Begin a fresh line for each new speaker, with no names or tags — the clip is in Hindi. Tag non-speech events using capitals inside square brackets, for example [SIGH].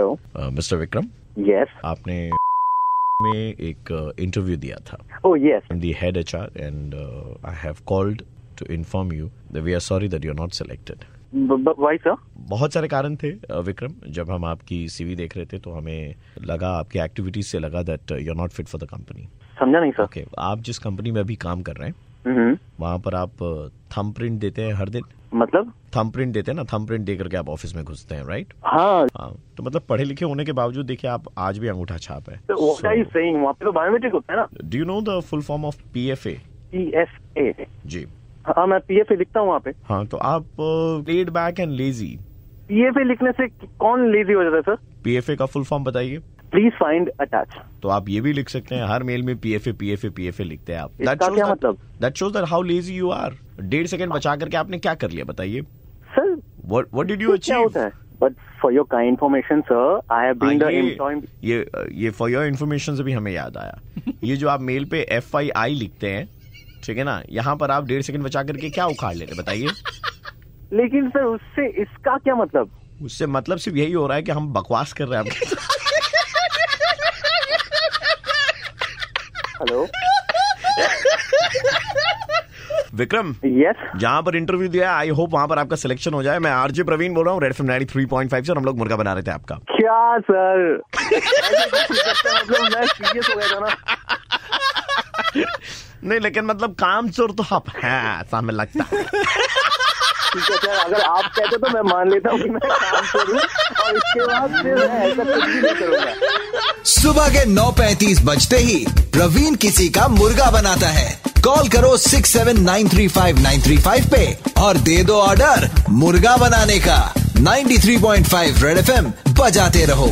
Mister Vikram
Yes.
Uh, आपने में एक इंटरव्यू दिया था
Oh, yes.
I'm the head HR, and uh, I have called to inform you that we are sorry that you're not selected.
B- but why, sir?
बहुत सारे कारण थे uh, विक्रम जब हम आपकी सीवी देख रहे थे तो हमें लगा आपकी एक्टिविटीज से लगा uh, that you are not fit for the company
समझा नहीं सर
ओके आप जिस कंपनी में अभी काम कर रहे हैं
हम्म
वहाँ पर आप थंब प्रिंट देते हैं हर दिन
मतलब
थंब प्रिंट देते हैं ना थंब प्रिंट दे करके आप ऑफिस में घुसते हैं राइट
हाँ
हाँ तो मतलब पढ़े लिखे होने के बावजूद देखिए आप आज भी अंगूठा छाप है
व्हाट आर यू सेइंग वहाँ पे तो बायोमेट्रिक होता है ना
do you know the full form of P F A
P F A
जी
हाँ मैं पी एफ ए लिखता हूँ वहाँ पे
हाँ तो आप laid back and lazy
P F A लिखने से कौन लेजी हो जाता है सर
पीएफए का फुल फॉर्म बताइए
प्लीज फाइंड अटैच
तो आप ये भी लिख सकते हैं हर मेल में पीएफए पीएफए पीएफए लिखते हैं आप
इसका क्या मतलब?
That shows that how lazy you are डेढ़ सेकंड बचा करके आपने क्या कर लिया बताइए
सर
व्हाट व्हाट डिड
तो
यू
क्या होता
अचीव
है बट फॉर योर का information sir I have been the employed
हाँ, ये ये फॉर योर इन्फॉर्मेशन से भी हमें याद
[LAUGHS]
आया ये जो आप मेल पे एफ आई आई लिखते हैं ठीक है ना यहाँ पर आप डेढ़ सेकंड बचा करके क्या उखाड़ ले रहे हैं, बताइए
लेकिन सर उससे इसका क्या मतलब
उससे मतलब सिर्फ यही हो रहा है कि हम बकवास कर रहे हैं आपके साथ।
हेलो [LAUGHS]
विक्रम
यस
जहाँ पर इंटरव्यू दिया आई होप वहाँ पर आपका सिलेक्शन हो जाए मैं आरजे प्रवीण बोल रहा हूँ red F nine three point five से और हम लोग मुर्गा बना रहे थे आपका
क्या सर [LAUGHS] मतलब मैं सीरियस हो गया था ना
नहीं लेकिन मतलब काम चोर तो आप हैं ऐसा हमें लगता है
ठीक है सर अगर आप कहते तो मैं मान लेता हूँ कि मैं काम करूँ और इसके बाद फिर मैं ऐसा कुछ भी नहीं करूँगा
सुबह के 9:35 बजते ही प्रवीण किसी का मुर्गा बनाता है कॉल करो 6793593 पे और दे दो ऑर्डर मुर्गा बनाने का 93.5 रेड एफएम बजाते रहो